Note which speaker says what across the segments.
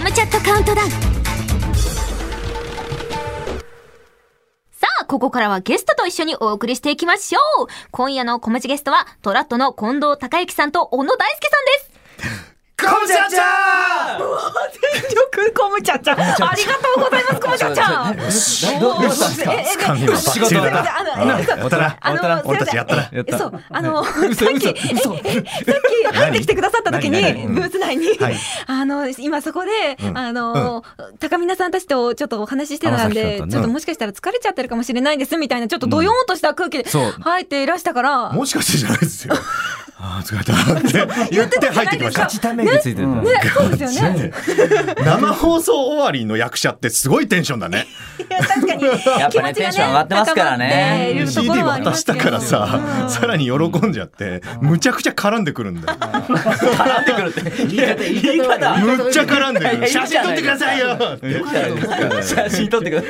Speaker 1: ントダウン
Speaker 2: さあ、ここからはゲストと一緒にお送りしていきましょう今夜の小町ゲストは、トラットの近藤孝之さんと小野大輔さんです
Speaker 3: コムチャチャ
Speaker 2: よくコムチャチャ。ありがとうございます、コムチャチャ。
Speaker 3: どうしたんですか
Speaker 2: ええええ
Speaker 3: 仕事だな
Speaker 2: あのえ嘘
Speaker 3: おたら
Speaker 2: あの
Speaker 3: おたら
Speaker 2: すいません
Speaker 3: 俺たちやったな
Speaker 2: え
Speaker 3: やった
Speaker 2: そう、あの、さっき、ええさっき入ってきてくださった時に、
Speaker 3: 何何何
Speaker 2: ブース内に
Speaker 3: はい、
Speaker 2: あの、今そこで、
Speaker 3: ん
Speaker 2: あの、高見菜さんたちとちょっとお話ししてたん
Speaker 3: あのさっき
Speaker 2: で、
Speaker 3: だったね
Speaker 2: ちょっともしかしたら疲れちゃってるかもしれないです、みたいな、ちょっとどよーんとした空気で
Speaker 3: そう
Speaker 2: 入っていらしたから、
Speaker 3: もしかしてじゃないですよ。ああ、疲れたって言って入ってきました。
Speaker 4: ため息ついてるんだ
Speaker 2: ね、そうですよね。
Speaker 3: 生放送終わりの役者ってすごいテンションだね。
Speaker 2: いや確かに、
Speaker 4: やっぱねテンション上がってますからね
Speaker 2: 高まっていると
Speaker 3: CD
Speaker 2: ころはあり
Speaker 3: 渡
Speaker 2: ま
Speaker 3: し
Speaker 2: すけ
Speaker 3: た
Speaker 2: ど
Speaker 3: からさ、さらに喜んじゃって、むちゃくちゃ絡んでくるんだよ。
Speaker 4: 絡んでくるって言い方言い方
Speaker 3: むっちゃ絡んでく
Speaker 4: いや
Speaker 3: る。
Speaker 4: いいじゃ
Speaker 3: 写
Speaker 4: な
Speaker 3: 真
Speaker 4: い
Speaker 3: 撮ってくださいよって
Speaker 4: 写真撮ってくだ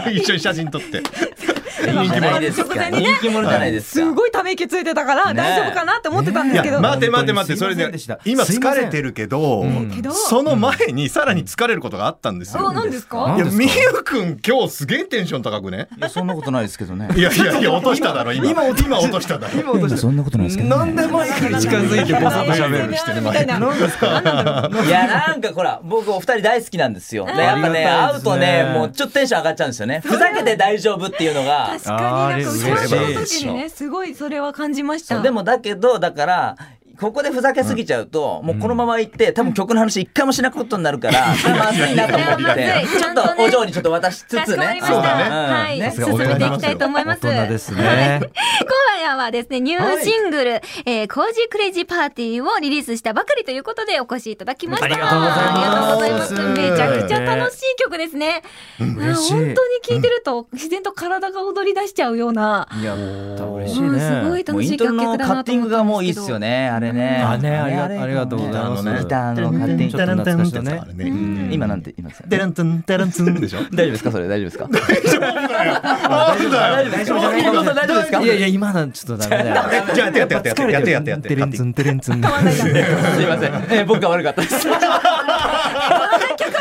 Speaker 4: さい
Speaker 3: 一緒に写真撮って。
Speaker 4: 人気者ですから人気者じゃないですか
Speaker 2: すごいため息ついてたから
Speaker 4: ね
Speaker 2: 大丈夫かなって思ってたん
Speaker 3: い
Speaker 2: ですけど、
Speaker 3: や、待て待て待て、そ
Speaker 5: 本当
Speaker 3: れ
Speaker 5: にすいません
Speaker 3: で
Speaker 5: でした、
Speaker 3: 今
Speaker 5: すいま
Speaker 3: 疲
Speaker 5: せん
Speaker 3: れてるけど
Speaker 5: ん
Speaker 2: け、ど
Speaker 3: その前にさらに疲れることがあったんです
Speaker 2: お
Speaker 3: よ。
Speaker 2: 何ですか
Speaker 3: いや、
Speaker 5: 何ですか
Speaker 3: みゆくん今日すげえテンション高くね。
Speaker 4: いやそんなことないですけどね
Speaker 3: いやいやいや、落としただろ、今。今落としただろ。
Speaker 4: そんなことないですけどね
Speaker 5: でマイクに近づいてボソ
Speaker 3: と喋るしてる
Speaker 2: みたいな。
Speaker 5: 何ですか
Speaker 4: いやなんかほら僕お二人大好きなんですよでやっぱね
Speaker 5: あり
Speaker 4: 会う
Speaker 5: がたいですね
Speaker 4: とねもうちょっとテンション上がっちゃうんですよねふざけて大丈夫っていうのが
Speaker 2: 確かになんか後ろ
Speaker 5: あーあれ
Speaker 2: の時にねすごいそれは感じまし
Speaker 4: そ
Speaker 2: た。
Speaker 4: うでもだけどだからここでふざけすぎちゃうと、もうこのまま行って多分曲の話一回もしないことになるから、それまずいなと思
Speaker 2: いや
Speaker 4: っ
Speaker 2: いや
Speaker 4: て
Speaker 2: いや
Speaker 4: ちょっとお嬢にちょっと渡しつ
Speaker 2: かし
Speaker 4: つ
Speaker 2: こま
Speaker 4: ね
Speaker 2: りました。
Speaker 3: そうだね
Speaker 2: はい、
Speaker 4: ね
Speaker 2: 進めていきたいと思います。
Speaker 5: 大人です
Speaker 2: はい
Speaker 5: ね。
Speaker 2: 今夜はですね、ニューシングル、えー、コージークレイジーパーティーをリリースしたばかりということでお越しいただきました。
Speaker 5: ありがとうございます
Speaker 2: ありがとうございますめちゃくちゃ楽しい曲ですね。うん本
Speaker 5: 嬉しい
Speaker 2: 当に聴いてると、自然と体が踊り出しちゃうような、
Speaker 4: いや嬉
Speaker 2: うんすごい
Speaker 4: もう
Speaker 2: 楽
Speaker 4: イ
Speaker 2: し
Speaker 4: ン
Speaker 2: い
Speaker 4: トロ
Speaker 2: 楽
Speaker 4: の
Speaker 2: 曲だ
Speaker 4: カッ
Speaker 2: なと
Speaker 4: ティン
Speaker 2: 思っ
Speaker 4: グ
Speaker 2: た
Speaker 4: が
Speaker 2: ん
Speaker 4: も
Speaker 2: で
Speaker 4: ういいっ
Speaker 2: すけ
Speaker 4: す
Speaker 2: ど
Speaker 4: よ。ねあれね
Speaker 5: あねありがありがとうございます
Speaker 4: ギターのカッティング
Speaker 5: ちょっと懐かしいね
Speaker 3: ね。うん
Speaker 4: 今なんて言います
Speaker 3: テラントンテラントンでしょ。
Speaker 4: 大丈夫ですかそれ大丈夫ですか
Speaker 3: なんだよ。
Speaker 4: 大丈夫大丈夫ですか
Speaker 5: いやいや今のちょっとダメだよ。
Speaker 3: えじゃあやってやってやってやってやってやって
Speaker 5: テレンツンテレンツン。
Speaker 4: すいません、えー僕が悪かった です
Speaker 2: 曲は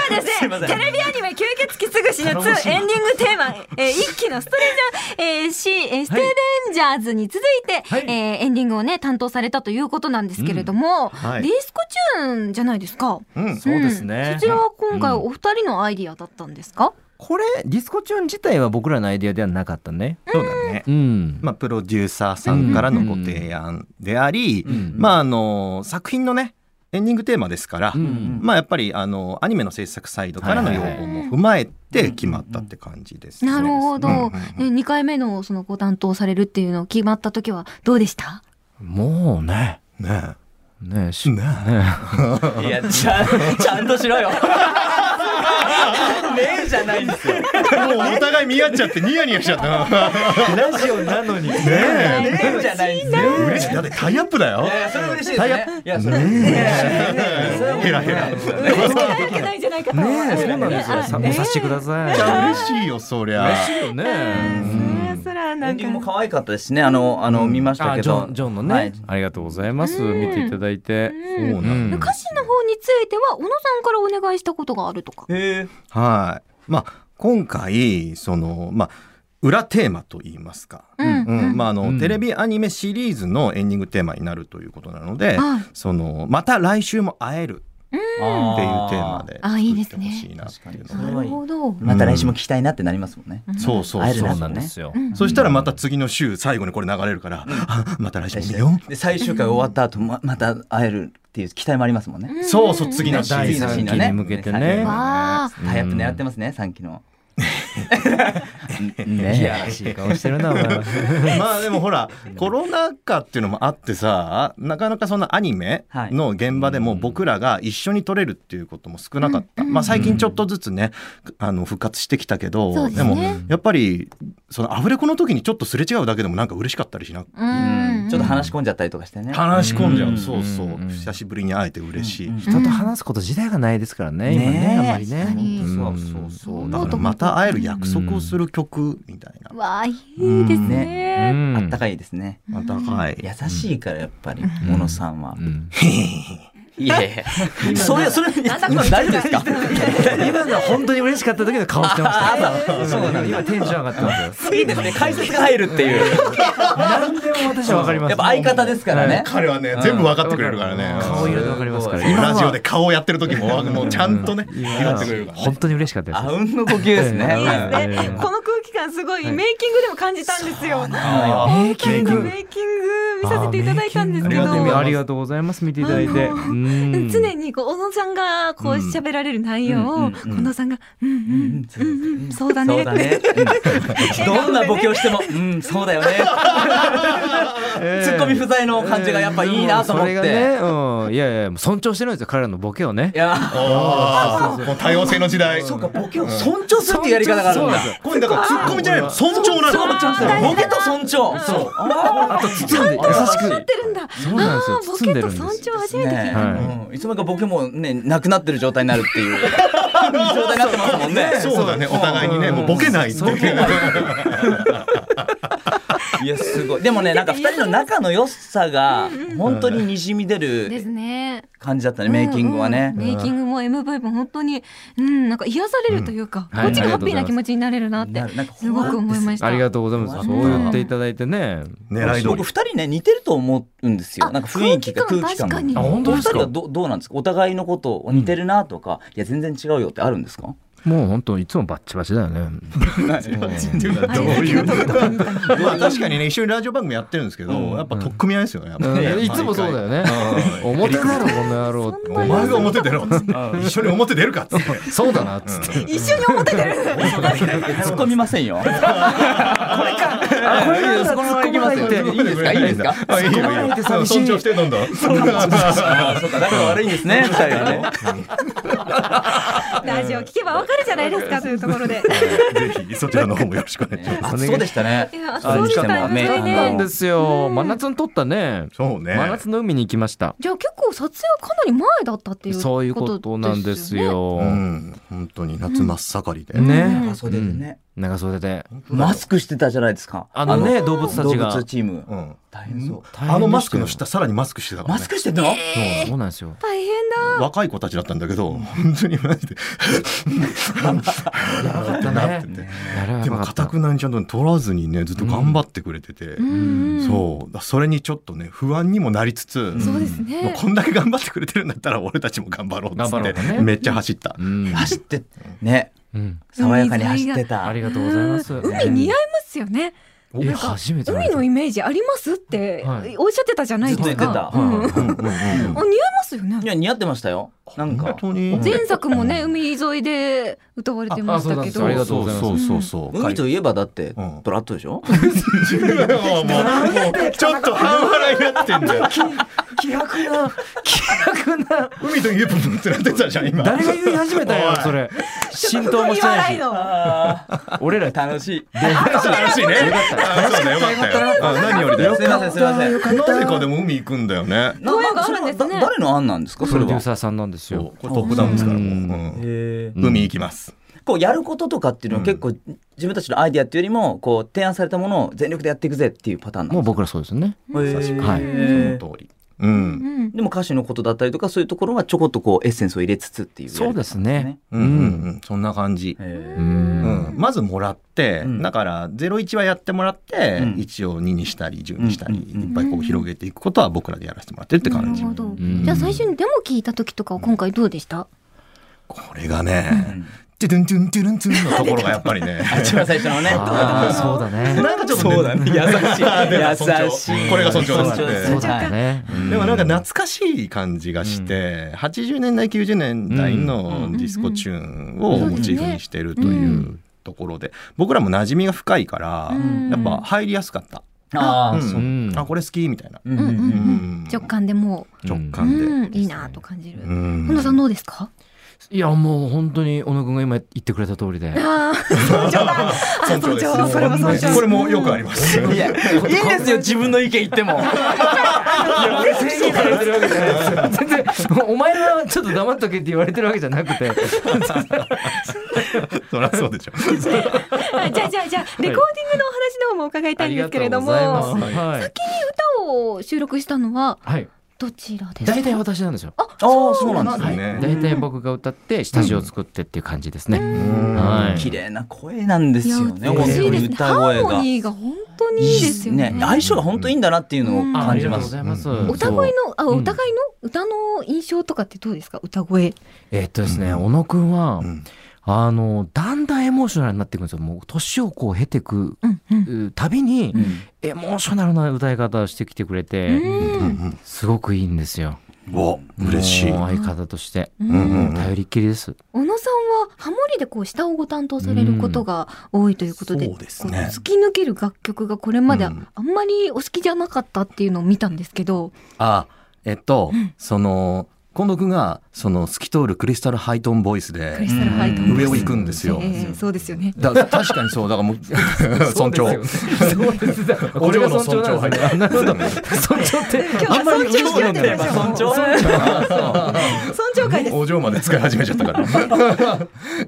Speaker 2: です
Speaker 4: す
Speaker 2: ね
Speaker 4: いません
Speaker 2: テレビアニメ「吸血鬼すぐ死ぬ2」エンディングテーマ、えー、一期のストレンジャー、えー、シーえーステレンジャーズに続いて、
Speaker 5: はい
Speaker 2: えーエンディングをね担当されたということなんですけれども、
Speaker 3: はい
Speaker 2: ディスコチューンじゃないですか。
Speaker 3: うん。
Speaker 5: そうですね
Speaker 2: んそちらは今回お二人のアイディアだったんですか、
Speaker 5: これディスコチューン自体は僕らのアイディアではなかったね。
Speaker 3: そうだね。
Speaker 5: うん。
Speaker 3: まあプロデューサーさんからのご提案であり、まああの作品のねエンディングテーマですから、
Speaker 5: うん
Speaker 3: まあやっぱりあのアニメの制作サイドからの要望も踏まえて決まったって感じです。
Speaker 2: なるほど、
Speaker 3: うん
Speaker 2: ね
Speaker 3: うんうん
Speaker 2: 2回目のそのご担当されるっていうのを決まった時はどうでした
Speaker 5: もうね。
Speaker 3: ね
Speaker 5: ね
Speaker 3: え。
Speaker 5: し
Speaker 3: ね
Speaker 4: いやちゃんちゃんとし ろよねえじゃないんですよ
Speaker 3: え。もうお互い見合っちゃってニヤニヤしちゃった。
Speaker 5: ラジオなのに。
Speaker 3: ねえ。
Speaker 4: ねえじゃないんですよ
Speaker 3: 嬉しい。だってタイアップだよ
Speaker 4: い。やいやそれ嬉しいですねいやそれねえ
Speaker 3: ヘラヘラ
Speaker 2: 嬉しくなわけないじゃないかと
Speaker 5: ねえそうなんですよ。さもうさしてください。
Speaker 3: じゃあ嬉しいよ、そりゃ。
Speaker 5: いよね。
Speaker 2: そら
Speaker 4: エ
Speaker 2: な
Speaker 4: ン
Speaker 2: ん
Speaker 4: デ
Speaker 2: か
Speaker 4: ィングも可愛かったですしねあのあの見ました
Speaker 5: あ
Speaker 4: け
Speaker 5: ジ
Speaker 4: ど
Speaker 5: ョンジョンの
Speaker 4: は
Speaker 5: ね
Speaker 4: い。
Speaker 5: ありがとうございます。見ていただいて。
Speaker 3: そうな
Speaker 5: うん
Speaker 3: ん
Speaker 2: 歌詞の方については小野さんからお願いしたことがあるとか。
Speaker 4: へえ
Speaker 3: はい。まあ、今回、その、まあ、裏テーマと言いますか。
Speaker 2: うん
Speaker 3: うん、まあ、あの、
Speaker 5: うん
Speaker 3: テレビアニメシリーズのエンディングテーマになるということなので、
Speaker 2: はい
Speaker 3: その、また来週も会える
Speaker 4: って
Speaker 3: って
Speaker 4: いうテ
Speaker 3: いうテーマで。
Speaker 2: あーあいいですね
Speaker 3: 作ってほしいなっていうの
Speaker 4: うん
Speaker 3: が
Speaker 2: なるほど。
Speaker 4: また来週も聞きたいなってなりますもんね
Speaker 3: そうそう
Speaker 4: 会える
Speaker 3: そ
Speaker 5: そうう。なんですよ。
Speaker 3: そしたらまた次の週最後にこれ流れるから、あまた来週も見よう。
Speaker 4: で最終回終わった後ままた会えるっていう期待もありますもんね
Speaker 3: そうそう、次の週。
Speaker 5: 第
Speaker 4: 次の
Speaker 5: 三
Speaker 4: 週
Speaker 5: 期に向けてね。
Speaker 2: わあ、
Speaker 4: タイアップ狙ってますね3期 のね
Speaker 5: いやらしい顔してるな、お 前。
Speaker 3: まあでもほらコロナ禍っていうのもあってさなかなかそんなアニメの現場でも僕らが一緒に撮れるっていうことも少なかった、まあ、最近ちょっとずつねあの復活してきたけど
Speaker 2: そうですね
Speaker 3: もやっぱりそのアフレコの時にちょっとすれ違うだけでもなんか嬉しかったりしな
Speaker 2: う
Speaker 4: うん
Speaker 2: ん
Speaker 4: ちょっと話し込んじゃったりとかしてね
Speaker 3: 話し込んじゃう、
Speaker 5: うん
Speaker 3: そうそう、
Speaker 5: うん
Speaker 3: 久しぶりに会えて嬉しい、
Speaker 4: うん
Speaker 5: 人と話すこと自体がないですからね、今ね、
Speaker 4: ねえ
Speaker 5: あんまりね。
Speaker 2: 確かに
Speaker 5: ん
Speaker 4: そうそうそう
Speaker 3: だからまた会える約束をする曲みたいな、
Speaker 2: わあいいです
Speaker 5: う
Speaker 2: ね。
Speaker 5: ん
Speaker 4: あったかいですね
Speaker 3: あったかい、
Speaker 4: 優しいからやっぱり小野さんは
Speaker 5: うん
Speaker 4: いやいや、それ、それ、今大丈夫ですか
Speaker 5: 今のは本当に嬉しかった時の顔してました
Speaker 4: あーそうなんだ
Speaker 5: 今テンション上がってますよ
Speaker 4: いいですね、解説が入るっていう。
Speaker 5: 何でも私は分かります
Speaker 4: やっぱ相方ですからね。
Speaker 3: 彼はね全部分かってくれるからね
Speaker 5: 顔色で分かりますから
Speaker 4: すごい
Speaker 5: 今
Speaker 3: ラ
Speaker 5: は
Speaker 3: ジオで顔をやってる時ももうちゃんとね
Speaker 5: 今
Speaker 3: やってくれる
Speaker 5: は
Speaker 3: からね
Speaker 5: 本当に嬉しかったです
Speaker 4: あうんの呼吸ですね。
Speaker 5: いいです
Speaker 1: ね
Speaker 5: ええ
Speaker 1: この空気感すごいメイキングでも感じたんですよ。
Speaker 3: あ
Speaker 5: メイキング
Speaker 1: メイキング見させていただいたんですけど、
Speaker 5: あーありがとうございます見ていただいて
Speaker 1: あの
Speaker 5: うん
Speaker 1: 常にこう小野さんがこう喋られる内容
Speaker 4: うんう
Speaker 1: を
Speaker 4: んうん
Speaker 1: 近藤さんが「うんうんうんうんそうだね」って
Speaker 4: ね。どんなボケをしても、うん、そうだよね。
Speaker 5: ええ
Speaker 4: ツッコミ不在の感じがやっぱいいなと思っ
Speaker 5: それ
Speaker 4: て。
Speaker 5: がね、うん、いやいやもう尊重してるんですよ彼らのボケをね
Speaker 4: いや、
Speaker 3: あーもう多様性の時代
Speaker 4: そうか、ボケを尊重するっていうやり方があるん
Speaker 5: そう
Speaker 4: だ
Speaker 5: なんです。
Speaker 3: これだからツッコミじゃないの尊重なの
Speaker 4: ボケと尊重。そう。
Speaker 5: あと包んで優しく
Speaker 1: 言ってるんだ。
Speaker 5: そうなんですよ
Speaker 1: あー
Speaker 5: 包
Speaker 1: ボ
Speaker 5: んで
Speaker 1: ケ
Speaker 5: る
Speaker 1: と
Speaker 5: んです
Speaker 1: 尊重初めて聞い
Speaker 4: ね
Speaker 1: た。
Speaker 5: は
Speaker 4: うんいつの間にかボケもねなくなってる状態になるっていう 状態になってますもんね。
Speaker 3: そうだねお互いにねもうボケないって
Speaker 5: そう
Speaker 3: いう
Speaker 4: いやすごい。でもねなんか二人の仲の良さが本当ににじみ出
Speaker 1: です
Speaker 4: る
Speaker 1: ね。
Speaker 4: 感じだったねメイキングはね
Speaker 1: うん。うんメイキングも MV も本当に、うん、なんか癒されるというか、
Speaker 5: うんはい
Speaker 1: こっちがハッピー
Speaker 5: ありがとうございます
Speaker 1: な気持ちになれるなって
Speaker 4: なるなんか
Speaker 1: すごく思いました。
Speaker 5: ありがとうございますそう言っていただいてね
Speaker 3: 狙い通
Speaker 4: 僕
Speaker 3: り
Speaker 4: 二人ね似てると思うんですよ。なんか雰囲気が空
Speaker 1: 空
Speaker 4: 気
Speaker 1: 気
Speaker 4: 感
Speaker 1: 感
Speaker 4: も。
Speaker 1: 確かに
Speaker 5: あ本当ですか
Speaker 4: お二人はどどうなんですか。お互いのことを似てるなとか、いや全然違うよってあるんですか。
Speaker 5: もう本当いつもバッチバチだよね
Speaker 3: どういうまあ確かにね一緒にラジオ番組やってるんですけどやっぱ取っ組み合いですよねやっぱ
Speaker 5: うん
Speaker 3: ね
Speaker 5: いつもそうだよね表だろこの野郎って
Speaker 3: お前が表出ろっつって一緒に表出るかっつ って
Speaker 5: そうだなっつって
Speaker 1: 一緒に表出る。
Speaker 4: 突っ込みませんよ。これか。これ
Speaker 5: なんだ
Speaker 4: そこのまま行きますよ。
Speaker 5: 突っ
Speaker 4: いいですか。いいですか。
Speaker 3: あいいよいいよ
Speaker 5: ないって寂しい
Speaker 3: 尊重してどんどん
Speaker 4: あそうか。だから悪いんですね。二人はね。
Speaker 1: ラジオ聞けばわかるじゃないですかというところで。
Speaker 3: ぜひそちらの方もよろしくお願いします。
Speaker 4: あそうでしたね
Speaker 1: い。や
Speaker 4: あ
Speaker 1: そうでした
Speaker 4: にしても
Speaker 1: ね。
Speaker 4: メイキング
Speaker 5: なんですよ真夏に撮ったね
Speaker 3: そうね。
Speaker 5: 真夏の海に行きました
Speaker 1: じゃあ結構撮影はかなり前だったっていうこと
Speaker 5: そういうことなんです。よ
Speaker 3: うん、本当に夏真っ盛りで。
Speaker 5: ね
Speaker 4: あそうですね。
Speaker 5: 長袖で
Speaker 4: マスクしてたじゃないですか。
Speaker 5: あのね動物たちが
Speaker 4: 動物チーム
Speaker 3: う。ん。
Speaker 4: 大変そう。
Speaker 3: あのマスクの下、さらにマスクしてたから、
Speaker 4: マ
Speaker 3: ね。
Speaker 4: スクしてんの？
Speaker 5: そうなんですよ
Speaker 1: 大変
Speaker 3: 若い子たちだったんだけど、本当にマジで。
Speaker 5: やばかった
Speaker 3: なって
Speaker 5: ね
Speaker 3: て。
Speaker 5: やば
Speaker 3: でも、
Speaker 5: か
Speaker 3: か
Speaker 5: った
Speaker 3: たくなにちゃんと取らずにね、ずっと頑張ってくれてて。
Speaker 1: だ。うん。
Speaker 3: そう。だそれにちょっとね、不安にもなりつつ、
Speaker 1: うん。そうですね
Speaker 3: もう。こんだけ頑張ってくれてるんだったら、俺たちも頑張ろうっつ
Speaker 5: 頑張
Speaker 3: っ
Speaker 5: ろう
Speaker 3: て、
Speaker 5: とね
Speaker 3: めっちゃ走った。
Speaker 5: うん
Speaker 4: 走ってね
Speaker 5: うん
Speaker 4: 爽やかに走ってた。
Speaker 5: ありがとうございます
Speaker 1: 海似合いますよね。
Speaker 5: え初めて
Speaker 1: 海のイ
Speaker 5: 意
Speaker 1: メージありますって
Speaker 5: はい
Speaker 1: おっしゃってたじゃないです
Speaker 4: ずっと言っ
Speaker 1: か
Speaker 4: て。た
Speaker 1: うんあ
Speaker 3: うんうんうん
Speaker 1: 似合いますよね
Speaker 4: い。や似合ってましたよ。なんか
Speaker 3: 本。当に。
Speaker 1: 前作もね海沿いで歌われてましたけ
Speaker 5: あそうなんですよありが
Speaker 1: ど
Speaker 5: とうございます
Speaker 3: そうそうそうそう。
Speaker 4: 海といえばだって
Speaker 3: うん
Speaker 4: ブラッドでしょ。
Speaker 3: もうもうちょっと半笑いになってんだよ。
Speaker 5: 気楽な気楽な
Speaker 3: 海と家ブンってなってたじゃん今。
Speaker 5: 誰が言い始めたよ
Speaker 3: おい
Speaker 5: それ浸透もしてない し
Speaker 4: あ
Speaker 5: 俺ら
Speaker 4: ー楽しい。
Speaker 3: 楽しいね。あそうだよかったよ。あ何よりだよ
Speaker 4: す。いませんすいません。
Speaker 3: なぜかでも海行くんだよね。
Speaker 1: どういうのがあるんですね
Speaker 4: それはだ誰の案なんですか
Speaker 5: プ
Speaker 4: それ
Speaker 5: ロデュー
Speaker 4: は。
Speaker 5: サーさんなんです
Speaker 3: そう
Speaker 5: よ
Speaker 3: これトップダウンですからもううん。
Speaker 4: へー
Speaker 3: 海行きます。
Speaker 4: こうやることとかっていうのは結構自分たちのアイディアっていうよりもこう提案されたものを全力でやっていくぜっていうパターンなん
Speaker 5: もう
Speaker 4: です
Speaker 5: 僕らそうですよね
Speaker 4: か。へー
Speaker 5: はい
Speaker 4: へー
Speaker 3: その通り。うん。
Speaker 1: うん
Speaker 4: でも歌詞のことだったりとかそういうところはちょこっとこうエッセンスを入れつつっていうやり方
Speaker 5: そうですね
Speaker 3: うんうんうんそんな感じ。
Speaker 4: へー
Speaker 5: う
Speaker 3: うん
Speaker 5: ん
Speaker 3: まずもらって、
Speaker 4: うん
Speaker 3: だから01はやってもらって、
Speaker 4: うん
Speaker 3: 一応2にしたり10にしたり、
Speaker 4: うん
Speaker 3: いっぱいこう広げていくことは僕らでやらせてもらってるって
Speaker 1: な
Speaker 3: 感
Speaker 1: る
Speaker 3: じ、
Speaker 1: ほど
Speaker 5: ん
Speaker 1: じゃあ最初にデモ聞いた時とかは今回どうでした
Speaker 3: これがね「トゥドゥントゥントゥルントゥルン」のところがやっぱり ね
Speaker 4: 一番最初のね。
Speaker 5: ああそうだね
Speaker 3: なんかちょっと
Speaker 4: そうだね。優し
Speaker 3: 出た尊重
Speaker 4: い。優しい。
Speaker 3: これが尊重です
Speaker 4: 尊
Speaker 5: そうだよね
Speaker 3: でもなんか懐かしい感じがして、80年代90年代のディスコチューンをモチーフにしてるというところで僕らも馴染みが深いから、
Speaker 1: うん
Speaker 3: やっぱ入りやすかった、
Speaker 4: ああ、
Speaker 3: うん
Speaker 4: そう。
Speaker 3: あこれ好きみたいな
Speaker 4: うん
Speaker 1: うんうんう
Speaker 4: うん
Speaker 1: ん直感でも
Speaker 3: 直
Speaker 1: う
Speaker 3: 感で。
Speaker 1: うんいいなと感じる
Speaker 3: うん
Speaker 1: 本田さんどうですか
Speaker 5: いやもう本当に小野くんが今言ってくれた通りで
Speaker 1: ああ尊重だあ尊重それも尊重
Speaker 3: これもよくあり ます。
Speaker 4: いや、いいんですよ、自分の意見言っても。
Speaker 5: 全然お前はちょっと黙っとけって言われてるわけじゃなくて
Speaker 3: そりゃそうでしょ。
Speaker 1: あじゃあじゃあじゃあレコーディングのお話の方も伺いたいんですけれども
Speaker 5: ありがとうござい
Speaker 1: 歌
Speaker 5: ますはい
Speaker 1: を収録したのは
Speaker 5: はい
Speaker 2: どちらです
Speaker 5: 大
Speaker 2: か
Speaker 5: 体私なんですよ。
Speaker 4: ああ、そうなんです
Speaker 3: は
Speaker 4: ね
Speaker 3: い。ね
Speaker 5: 大体僕が歌って下地を作ってっていう感じですね。
Speaker 3: うん
Speaker 5: はい
Speaker 4: 綺麗な声なんですよね。
Speaker 5: いや
Speaker 4: 本
Speaker 1: 美
Speaker 4: 当に
Speaker 1: しいですね。
Speaker 4: 歌
Speaker 1: ハ
Speaker 4: 声
Speaker 1: ーモ
Speaker 4: が。
Speaker 1: ニーが本当にいいですよね。
Speaker 4: 相性が本当にいいんだなっていうのを
Speaker 1: うん
Speaker 5: ああ
Speaker 4: 感
Speaker 5: り
Speaker 4: じ
Speaker 5: がと
Speaker 4: ま
Speaker 5: うご
Speaker 4: す。
Speaker 5: ざいます。
Speaker 3: うん
Speaker 1: お互いの、あ、
Speaker 5: うん
Speaker 1: お互いの歌の印象とかってどうですか歌声。
Speaker 5: えっとですね、
Speaker 3: うん
Speaker 5: 小野くんは、
Speaker 3: うん
Speaker 5: あの、だんだんエモーショナルになっていくんですよ。もう、年をこう経てく
Speaker 1: うんうん。
Speaker 5: うたびに、
Speaker 4: うん
Speaker 5: エモーショナルな歌い方をしてきてくれて、
Speaker 3: う
Speaker 1: うん
Speaker 3: ん
Speaker 5: すごくいいんですよ。
Speaker 3: うんお嬉しい
Speaker 5: もう相方として。
Speaker 1: うん
Speaker 3: うんうん
Speaker 5: 頼りっきりです。
Speaker 1: 小野さんはハモリでこう下をご担当されることが多いということで、
Speaker 3: うんそうですね
Speaker 1: こう突き抜ける楽曲がこれまであ
Speaker 3: うん
Speaker 1: あんまりお好きじゃなかったっていうのを見たんですけど、
Speaker 3: あえっと、その近藤君がその透き通るクリスタルハイトーンボイス
Speaker 1: クリ
Speaker 3: で
Speaker 1: スタルハイト
Speaker 5: うん
Speaker 1: ボイ
Speaker 3: 上
Speaker 1: ス
Speaker 3: を行くんですよ。
Speaker 1: ええそうですよね。
Speaker 3: だ確かにそうだ からもう 尊重。
Speaker 5: そうですよ ね。
Speaker 3: お嬢の尊重
Speaker 5: これが尊重なんですね なるほど。尊重ってあんまり
Speaker 1: 今日は尊重しようって言いましょう
Speaker 5: 尊重。
Speaker 1: 尊重会です。
Speaker 3: お嬢まで使い始めちゃった からい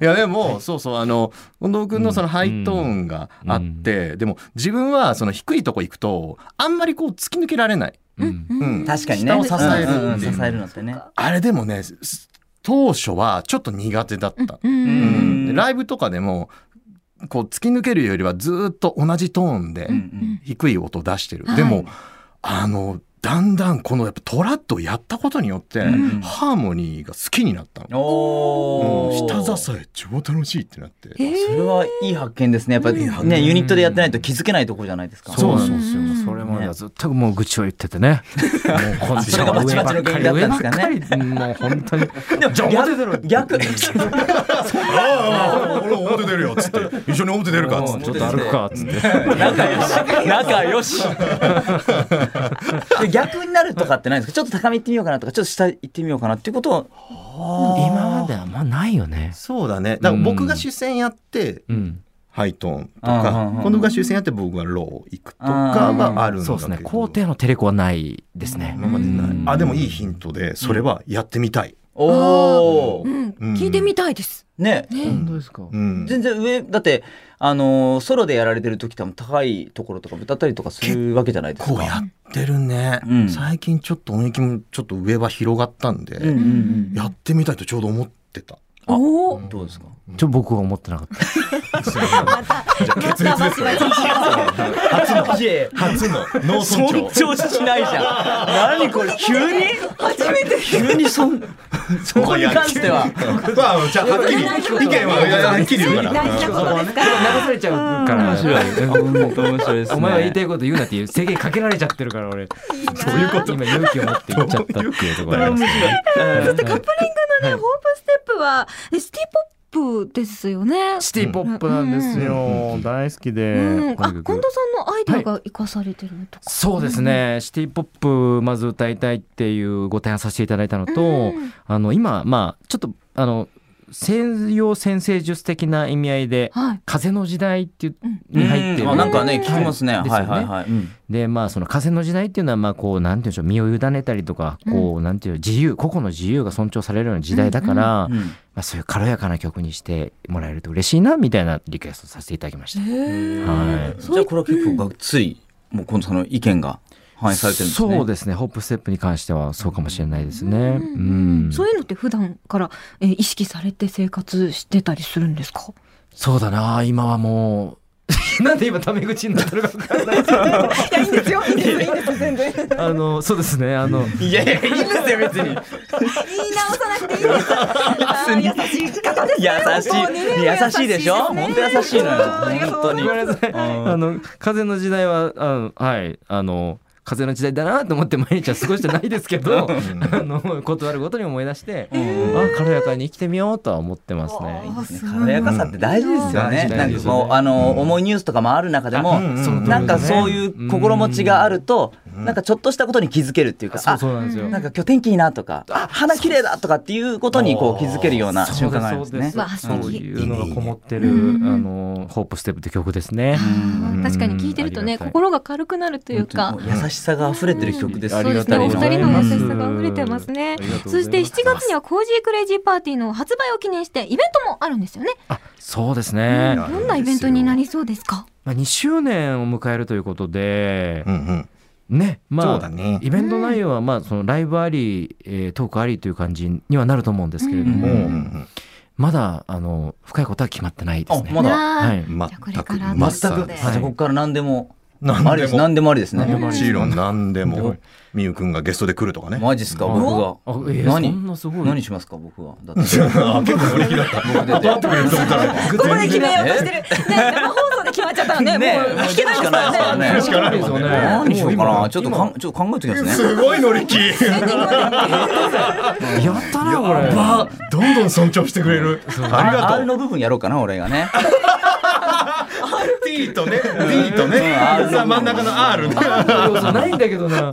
Speaker 3: やでも、そうそうあの近藤君のそのハイトーンがあって、でも自分はその低いとこ行くとあんまりこう突き抜けられない
Speaker 5: うん
Speaker 3: うん
Speaker 4: 確かにね。
Speaker 3: 下を支える
Speaker 4: うんうん
Speaker 3: っていう
Speaker 4: 支えるのってね。
Speaker 3: あれでもねす当初はちょっと苦手だった、
Speaker 1: う
Speaker 4: うんん
Speaker 3: でライブとかでもこう突き抜けるよりはずーっと同じトーンで
Speaker 4: うんうん
Speaker 3: 低い音出してる、
Speaker 1: はい
Speaker 3: でもあのだんだんこのやっぱトラッドやったことによって、
Speaker 4: うん
Speaker 3: ハーモニーが好きになったの、
Speaker 4: お
Speaker 3: うん
Speaker 4: お。
Speaker 3: 下支え超楽しいってなって、
Speaker 1: ええ
Speaker 4: それはいい発見ですね。やっぱり
Speaker 3: 発見
Speaker 4: ね、ユニットでやってないと気づけないとこじゃないですか。
Speaker 5: そうなんです
Speaker 1: う
Speaker 5: よ。
Speaker 1: ん
Speaker 5: それまではずっともう愚痴を言っててね。もうこっち
Speaker 4: それが
Speaker 5: の上ばっかり上ばっ
Speaker 4: バチバチの
Speaker 5: か
Speaker 4: 原因
Speaker 5: りもう本当に。
Speaker 4: でも逆逆。
Speaker 3: ああ俺表出るよっつ って一緒に表出る
Speaker 5: ちょっと歩くかっつって。
Speaker 4: 仲良し仲良しで逆になるとかってないんですかちょっと高め行ってみようかなとかちょっと下行ってみようかなっていうことを
Speaker 5: 今まではまあないよね。
Speaker 3: そうだねだから僕が主戦やって、
Speaker 5: うん。
Speaker 3: ハイトーンと
Speaker 4: うんうん
Speaker 3: か
Speaker 4: うん
Speaker 3: 近藤が主戦やって僕がロー行くとかはあるんだけ
Speaker 5: そ
Speaker 3: ど
Speaker 5: うですね。皇帝のテレコはないですね。
Speaker 3: 今までない
Speaker 5: うん
Speaker 3: あでもいいヒントでそれはやってみたい、
Speaker 4: おお
Speaker 1: うん聞いてみたいです。
Speaker 4: ね
Speaker 5: 本当ですか。
Speaker 3: うん
Speaker 4: 全然上だってあのーソロでやられてる時多分高いところとか歌ったりとかするわけじゃないですか
Speaker 3: こうやってるね、
Speaker 4: うん
Speaker 3: 最近ちょっと音域もちょっと上は広がったんで、
Speaker 4: うんうん
Speaker 3: やってみたいとちょうど思ってた
Speaker 1: おお
Speaker 4: う。んどうですか
Speaker 5: ちょ僕は思ってなかった。
Speaker 3: じゃあ決裂ですね初の
Speaker 4: いや
Speaker 3: 初の脳
Speaker 4: 尊
Speaker 3: 村長
Speaker 4: 重しないじゃん何これ急に初めて急にそんそこに関しては
Speaker 3: まあじゃあはっきり意見ははっきり言うから
Speaker 1: 大事なことですか
Speaker 5: 流
Speaker 1: ら。
Speaker 5: されちゃうから。
Speaker 4: 本当面白いです
Speaker 5: お前は言いたいこと言うなっていう制限かけられちゃってるから俺。どういうこと今勇気を持って言っちゃったっていうところありますね。
Speaker 1: そしてカップリングのね、ホープステップは、ねシティポップですよね。
Speaker 5: シティポップなんですよ。大好きで
Speaker 1: うん、
Speaker 5: こ
Speaker 1: あ、
Speaker 5: の
Speaker 1: 近
Speaker 5: 曲
Speaker 1: 藤さんのアイデアが生かされてるのとか。
Speaker 5: そうですね、シティ・ポップまず歌いたいっていうご提案させていただいたのと、
Speaker 1: うん
Speaker 5: あの今まあちょっとあの西洋先生術的な意味合いで
Speaker 1: はい。
Speaker 5: 「風の時代」っていう、
Speaker 4: うん
Speaker 5: に入ってる
Speaker 4: あなんかね聞きますね。は
Speaker 5: は
Speaker 4: いい
Speaker 5: ですよ
Speaker 4: は
Speaker 5: ね
Speaker 4: いはい。うん
Speaker 5: でまあその風の時代っていうのはまあこうなんていうんでしょう身を委ねたりとかこう、なんていうの自由個々の自由が尊重されるような時代だから、まあ、そういう軽やかな曲にしてもらえると嬉しいなみたいなリクエストさせていただきました。はい
Speaker 4: じゃあこれは結構がっつりもう今度その意見が反映されてるんですね。
Speaker 5: そうですねホップステップに関してはそうかもしれないですね。うん
Speaker 1: そういうのって普段から、えー意識されて生活してたりするんですか。
Speaker 5: そうだな今はもう なんで今タメ口になってるか分からない
Speaker 1: いや、いいんですよ。いいんですよ。いいんですよ。全然。言い
Speaker 5: あのそうですねあの
Speaker 4: いやいやいいんですよ別に。
Speaker 1: 直さなくていいです。 あー優しい方です
Speaker 4: 優
Speaker 1: ね。
Speaker 4: し
Speaker 1: 本当にね
Speaker 4: い優しいでしょ。
Speaker 1: ね
Speaker 4: 本当優しいのよ
Speaker 1: ありがとう
Speaker 4: 本
Speaker 1: ござ
Speaker 4: 当に
Speaker 1: います
Speaker 5: ご。めんなさい
Speaker 4: うん
Speaker 5: あの風の時代はあのはいあの風の時代だなと思って毎日は過ごしてないですけどあの断るごとに思い出して、あ軽やかに生きてみようとは思ってますね。
Speaker 1: あーすごい
Speaker 4: 軽やかさって大事ですよね。
Speaker 5: うん
Speaker 4: なんかこうあの重いニュースとかもある中でも。
Speaker 3: うん
Speaker 5: その通りですね
Speaker 4: なんかそういう心持ちがあると、
Speaker 3: ん
Speaker 4: なんかちょっとしたことに気づけるっていうか、
Speaker 5: そう
Speaker 4: あ
Speaker 5: そうなんですよ。
Speaker 4: なんか今日天気いいなとか、あ花綺麗だとかっていうことにこう気づけるような瞬間があるんですね。
Speaker 5: そうですそうですそういうのがこもってる、
Speaker 1: うん
Speaker 5: あのホープステップって曲ですね。
Speaker 1: あー確かに聞いてると
Speaker 5: ありが
Speaker 1: ね、
Speaker 5: たい
Speaker 1: 心が軽くなるというか
Speaker 4: 本。当にもう優しさが溢れてる曲です。
Speaker 5: あ
Speaker 1: そう
Speaker 5: りが
Speaker 1: です
Speaker 5: た
Speaker 1: ね。
Speaker 5: い
Speaker 1: お
Speaker 5: です
Speaker 1: 二
Speaker 5: ね
Speaker 1: 人の優しさが溢れてますね
Speaker 5: ありがと。うございま
Speaker 1: そ
Speaker 5: す
Speaker 1: して7月にはコージークレイジーパーティーの発売を記念してイベントもあるんですよね。
Speaker 5: あそうですね。
Speaker 1: どんなイベントになりそうですか。
Speaker 5: まあ、2周年を迎えるということで、
Speaker 3: うんうん
Speaker 5: ね、ま
Speaker 3: そ
Speaker 5: あ
Speaker 3: うだね
Speaker 5: イベント内容はまあそのライブあり、えートークありという感じにはなると思うんですけれども、
Speaker 3: うん
Speaker 5: まだあの深いことは決まってないですね。
Speaker 4: あまだ
Speaker 5: は
Speaker 2: はい
Speaker 3: うん、全
Speaker 2: じゃあこ
Speaker 3: く
Speaker 2: れから
Speaker 3: ま
Speaker 4: 全
Speaker 3: さ
Speaker 4: く、
Speaker 3: に
Speaker 2: はい
Speaker 4: じゃあここから何でも
Speaker 3: 何
Speaker 4: ありです何でもありです
Speaker 5: 何で
Speaker 4: ね
Speaker 5: も
Speaker 3: もちろん何で
Speaker 5: う
Speaker 3: も
Speaker 5: ん
Speaker 3: みゆくんがゲストで来るとかね
Speaker 4: マジっすか
Speaker 5: はい
Speaker 4: 僕が
Speaker 5: あえーそん
Speaker 4: 何
Speaker 5: なすごい
Speaker 4: 何しますか僕はだって
Speaker 3: あ結構乗り気だった
Speaker 4: 僕 出て
Speaker 3: パッと見ると思ったら
Speaker 1: ここで決めようとしてる。ね、生放送で決まっちゃったらね、
Speaker 4: ね
Speaker 1: もう聞けないですから
Speaker 4: 聞
Speaker 1: ね。
Speaker 4: けないですから
Speaker 3: ね
Speaker 5: そうですよね
Speaker 4: 何にしようかなちょっとかん
Speaker 5: 今
Speaker 4: ちょっと考えてきますね
Speaker 3: すごい乗り気
Speaker 5: やったなこれ。
Speaker 3: ばどんどん尊重してくれる ありが
Speaker 4: R
Speaker 3: とう
Speaker 4: の部分やろうかな俺がね
Speaker 3: T とね D とね
Speaker 4: うん R の
Speaker 3: さあ真ん中の R ね
Speaker 5: 要素ないんだけどな。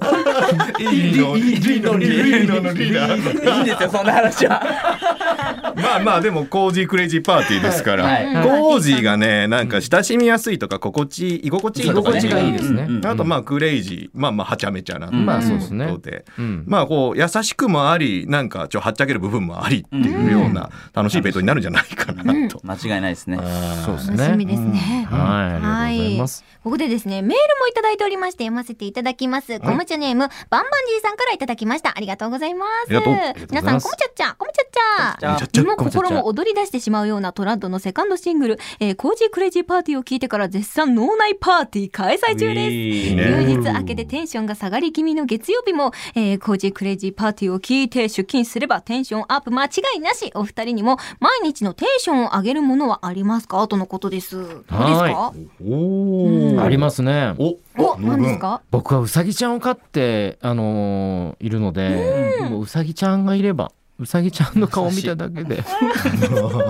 Speaker 3: いいのいいのいいののリーダ
Speaker 4: い
Speaker 3: ー
Speaker 4: いんですよそんな話は
Speaker 3: まあまあでもコージークレイジーパーティーですから、
Speaker 4: はい
Speaker 5: はい
Speaker 3: コージーがねなんか親しみやすいとか心地いい居心地いいとか、ね、
Speaker 5: 居心地がいいですね
Speaker 4: うんうん
Speaker 3: あとまあクレイジーまあまあはちゃめちゃな、
Speaker 5: まあそうですね
Speaker 3: ことで
Speaker 5: うん
Speaker 3: まあこう優しくもありなんかちょっとはっちゃける部分もありっていうような楽しいイベントになるんじゃないかなと。
Speaker 4: 間違いないですね
Speaker 5: そうです
Speaker 2: 楽しみ
Speaker 5: ね。
Speaker 2: ですね。
Speaker 5: はい、ありがとうございます。
Speaker 2: ここでですね、メールもいただいておりまして、読ませていただきます。コムチャネーム、バンバンジーさんからいただきました。ありがとうございます。
Speaker 3: ありがとう
Speaker 2: 皆さん、コムチャッチャ、コムチャッチャ。
Speaker 3: ちゃっちゃ
Speaker 2: 身も
Speaker 5: コムチャッチャ
Speaker 2: 心も踊り出してしまうようなトラッドのセカンドシングル、えー、コージークレイジーパーティーを聞いてから絶賛脳内パーティー開催中です。
Speaker 3: いいね
Speaker 2: 休日明けでテンションが下がり気味の月曜日も、えー、コージークレイジーパーティーを聞いて出勤すればテンションアップ間違いなしお二人にも毎日のテンションを上げるものはありますかとのことです。どうですか
Speaker 5: は
Speaker 3: お
Speaker 5: あり
Speaker 3: ま
Speaker 5: ますね。
Speaker 3: お
Speaker 2: お、何ですか
Speaker 5: 僕はうさぎちゃんを飼ってあのーいるので、うもううさぎちゃんがいれば。うさぎちゃんの顔を見ただけで。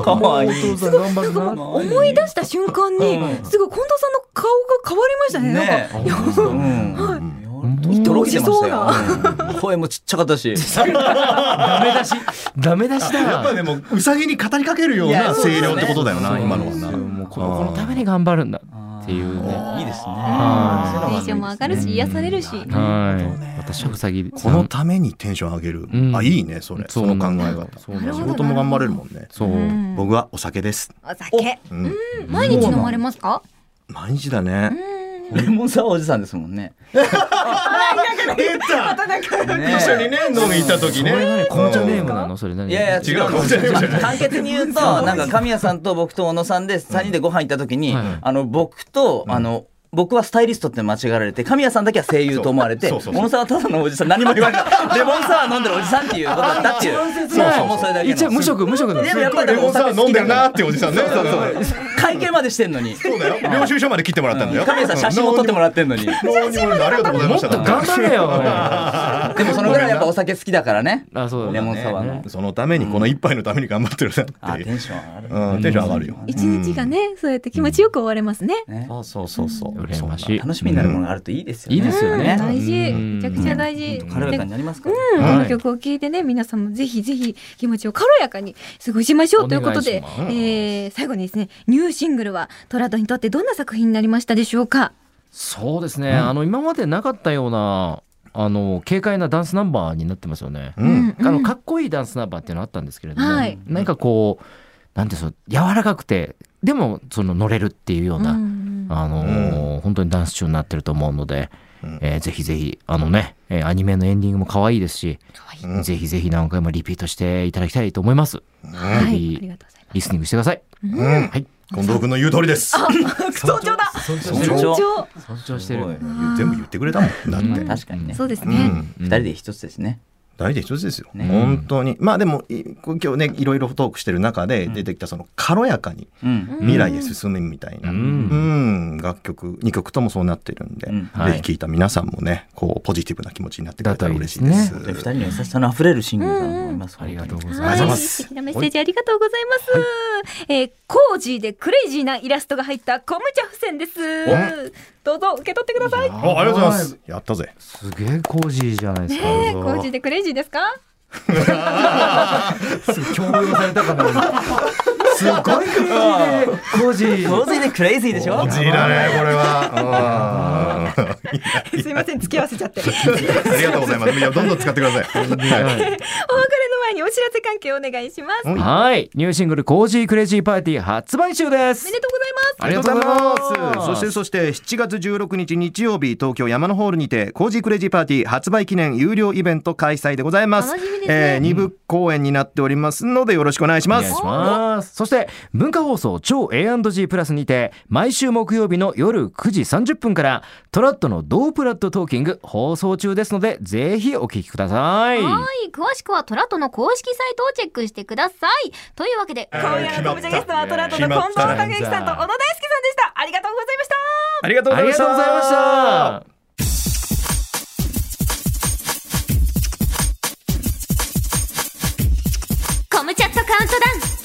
Speaker 4: かわいい
Speaker 5: お父さん頑張るな。
Speaker 1: 思い出した瞬間に、
Speaker 4: うん
Speaker 1: すごい近藤さんの顔が変わりましたね。なんか
Speaker 4: ねえうん
Speaker 5: うん
Speaker 4: とろけてましたようん声もちっちゃかったし
Speaker 5: ダメ出し。ダメ出しだ。
Speaker 3: やっぱでもうさぎに語りかけるよう
Speaker 4: いや
Speaker 3: な
Speaker 4: そうで
Speaker 3: 声
Speaker 4: す
Speaker 3: 量
Speaker 4: ね
Speaker 3: ってことだよ
Speaker 5: そう
Speaker 3: な今のは
Speaker 5: です
Speaker 3: な
Speaker 5: よ。もうこの子のために頑張るんだっていうね。
Speaker 4: いいですね
Speaker 5: は
Speaker 2: テンションも上がるし、癒されるし。
Speaker 5: はい。私はうさぎさん。
Speaker 3: このためにテンション上げる、
Speaker 5: うん
Speaker 3: あいいねそれそ
Speaker 5: そうな
Speaker 3: の
Speaker 5: ん
Speaker 3: 考
Speaker 5: だ
Speaker 3: え方
Speaker 5: そうなんだ
Speaker 3: 仕事も頑張れるもんね
Speaker 5: そう。
Speaker 2: うん
Speaker 3: 僕はお酒です、
Speaker 2: お酒。
Speaker 3: うん
Speaker 2: 毎日飲まれますか
Speaker 3: 毎日だね
Speaker 4: レモンサワーおじさんですもんね
Speaker 3: 出た
Speaker 4: ね
Speaker 3: 一緒にね飲み行った時ね
Speaker 5: それ何紅茶ネームなのそれ何
Speaker 4: いやい
Speaker 3: 違
Speaker 4: や
Speaker 3: うかもしれない
Speaker 4: 簡潔に言うとなんか神谷さんと僕と小野さんで3人でご飯行った時に、
Speaker 5: はいはい
Speaker 4: あの僕と、あの僕はスタイリストって間違われて神谷さんだけは声優と思われて
Speaker 3: そう
Speaker 4: 小
Speaker 3: そうそうそう
Speaker 4: 野さんはただのおじさん何も言われないレモンサワー飲んでるおじさんっていうことだったっていうそうそうもうそれだけ
Speaker 5: 一応無職無職なんです
Speaker 4: で
Speaker 5: よ
Speaker 4: もやっぱり
Speaker 3: レモンサワー飲んでるなーっておじさんねそう
Speaker 4: 会計までしてんのに
Speaker 3: だよ領収書まで切ってもらったんだよ
Speaker 4: 神谷さん写真も撮ってもらってんのに
Speaker 3: 脳にもありがとうございました
Speaker 5: 頑張れよ。あ
Speaker 4: でもそのぐらいやっぱお酒好きだからね
Speaker 5: そうだね
Speaker 4: レモンサワーの
Speaker 3: そのためにこの一杯のために頑張ってるな
Speaker 4: あ
Speaker 3: って
Speaker 4: テンション上がる
Speaker 3: うんテンション上がるよ
Speaker 1: 一日がね、そうやって気持ちよく終われますね。
Speaker 4: ね
Speaker 3: そうそうそうそう
Speaker 5: 羨ましい。
Speaker 4: 楽しみになるものがあるといいですよね
Speaker 5: いいですよね
Speaker 1: 大事。
Speaker 5: うん
Speaker 1: めちゃくちゃ大事。で
Speaker 4: 軽やかになりますから、
Speaker 1: うん
Speaker 5: はい
Speaker 1: この曲を聴いてね、皆さんもぜひぜひ気持ちを軽やかに過ごしましょうということ
Speaker 5: お
Speaker 1: で
Speaker 5: 願い、し
Speaker 1: え
Speaker 5: ます
Speaker 1: ー最後にですね、ニューシングルはトラドにとってどんな作品になりましたでしょうか
Speaker 5: そうですね。あの今までなかったようなあの軽快なダンスナンバーになってますよね。
Speaker 3: うん
Speaker 5: あのかっこいいダンスナンバーっていうのあったんですけれども、
Speaker 1: はい
Speaker 5: なんかこうなんていうんですか柔らかくてでもその乗れるっていうような、あのー本当にダンス中になってると思うので、
Speaker 3: うん
Speaker 5: えーぜひぜひあのね、えーアニメのエンディングも可愛いですし、
Speaker 3: うん
Speaker 5: ぜひぜひ何回もリピートしていただきたいと思います。
Speaker 1: は
Speaker 5: ぜ
Speaker 1: い、
Speaker 5: ひ
Speaker 1: ありがとうございま
Speaker 5: リスニングしてください。
Speaker 3: うん
Speaker 5: はい。
Speaker 3: 近藤君の言う通りです
Speaker 1: す。尊重だ
Speaker 4: 尊重
Speaker 1: 尊重
Speaker 5: 尊重してる。
Speaker 3: 全部言ってくれたもんだっ
Speaker 5: うん
Speaker 3: て
Speaker 4: 確かにね
Speaker 1: そうです
Speaker 3: う
Speaker 1: ね。
Speaker 3: ん
Speaker 4: 二人で一つですね、
Speaker 3: 大事一つですよ、
Speaker 4: ね
Speaker 3: 本当にまあでもい今日ねいろいろトークしてる中で出てきたその軽やかに
Speaker 4: うん
Speaker 3: 未来へ進むみたいな、
Speaker 5: う
Speaker 3: うんん楽曲2曲ともそうなってるんで、
Speaker 4: うん
Speaker 5: はい
Speaker 3: ぜひ聴いた皆さんもねこうポジティブな気持ちになってくれたら嬉しい
Speaker 5: だ
Speaker 3: で
Speaker 5: ったらいい
Speaker 3: す。
Speaker 5: で
Speaker 4: 二人の優しさの溢れるシングルだと思います、
Speaker 5: ありがとうございます。
Speaker 3: ありがとうござい
Speaker 1: は
Speaker 3: ま
Speaker 1: い、
Speaker 3: す
Speaker 1: 素敵なメッセージありがとうございます。えーコージーでクレイジーなイラストが入ったコムチャ付箋です。どうぞ受け取ってください。ね
Speaker 3: おありがとうございます。やったぜ。
Speaker 5: すげえコージーじゃないですか。
Speaker 1: えコージーでクレイジーですか？
Speaker 5: 強要されたかな。すごいクレイジーでコージー。
Speaker 4: 当然ねクレイジーでしょ
Speaker 3: ジーだねこれは。うん
Speaker 1: すいません付き合わせちゃって。お別れの
Speaker 3: ありがとうございます。いやどんどん使ってください。はい
Speaker 1: 前前にお知らせ関係お願いします。お
Speaker 3: はい
Speaker 5: はい。ニューシングル、コージークレイジーパーティー発売中です
Speaker 1: め。でとうございます。
Speaker 5: ありがとうございます
Speaker 3: そしてそして7月16日日曜日東京山のホールにてコージークレイジーパーティー発売記念有料イベント開催でございます。
Speaker 2: 楽しみですね
Speaker 3: えー、2部公演になっておりますのでよろしくお願いし
Speaker 5: お
Speaker 3: ま
Speaker 5: 願い
Speaker 3: す。
Speaker 5: します。そして、文化放送超 A&G プラスにて、毎週木曜日の夜9時30分から、トラットのドープラットトーキング放送中ですので、ぜひお聞きください。
Speaker 2: はい、詳しくはトラトの公式サイトをチェックしてください。というわけで、
Speaker 1: 今夜のコムチャゲストはトラットの近藤孝之さんと小野大輔さんでした。ありがとうございました。
Speaker 3: ありがとう
Speaker 5: ありがとうございました。
Speaker 2: コムチャットカウントダウン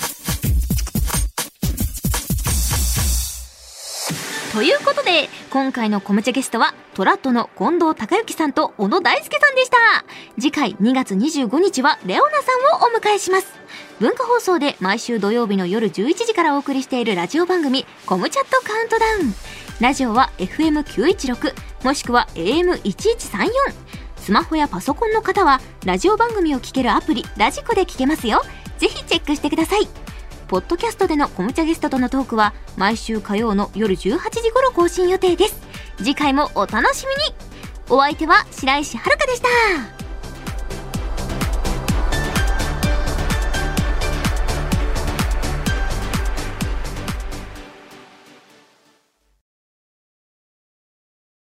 Speaker 2: ということで今回のコムチャゲストはトラットの近藤孝之さんと小野大輔さんでした次回2月25日はレオナさんをお迎えします文化放送で毎週土曜日の夜11時からお送りしているラジオ番組「コムチャットカウントダウン」ラジオは FM916 もしくは AM1134 スマホやパソコンの方はラジオ番組を聴けるアプリ「ラジコ」で聴けますよぜひチェックしてくださいポッドキャストでのコムチャゲストとのトークは毎週火曜の夜18時頃更新予定です次回もお楽しみにお相手は白石遥でした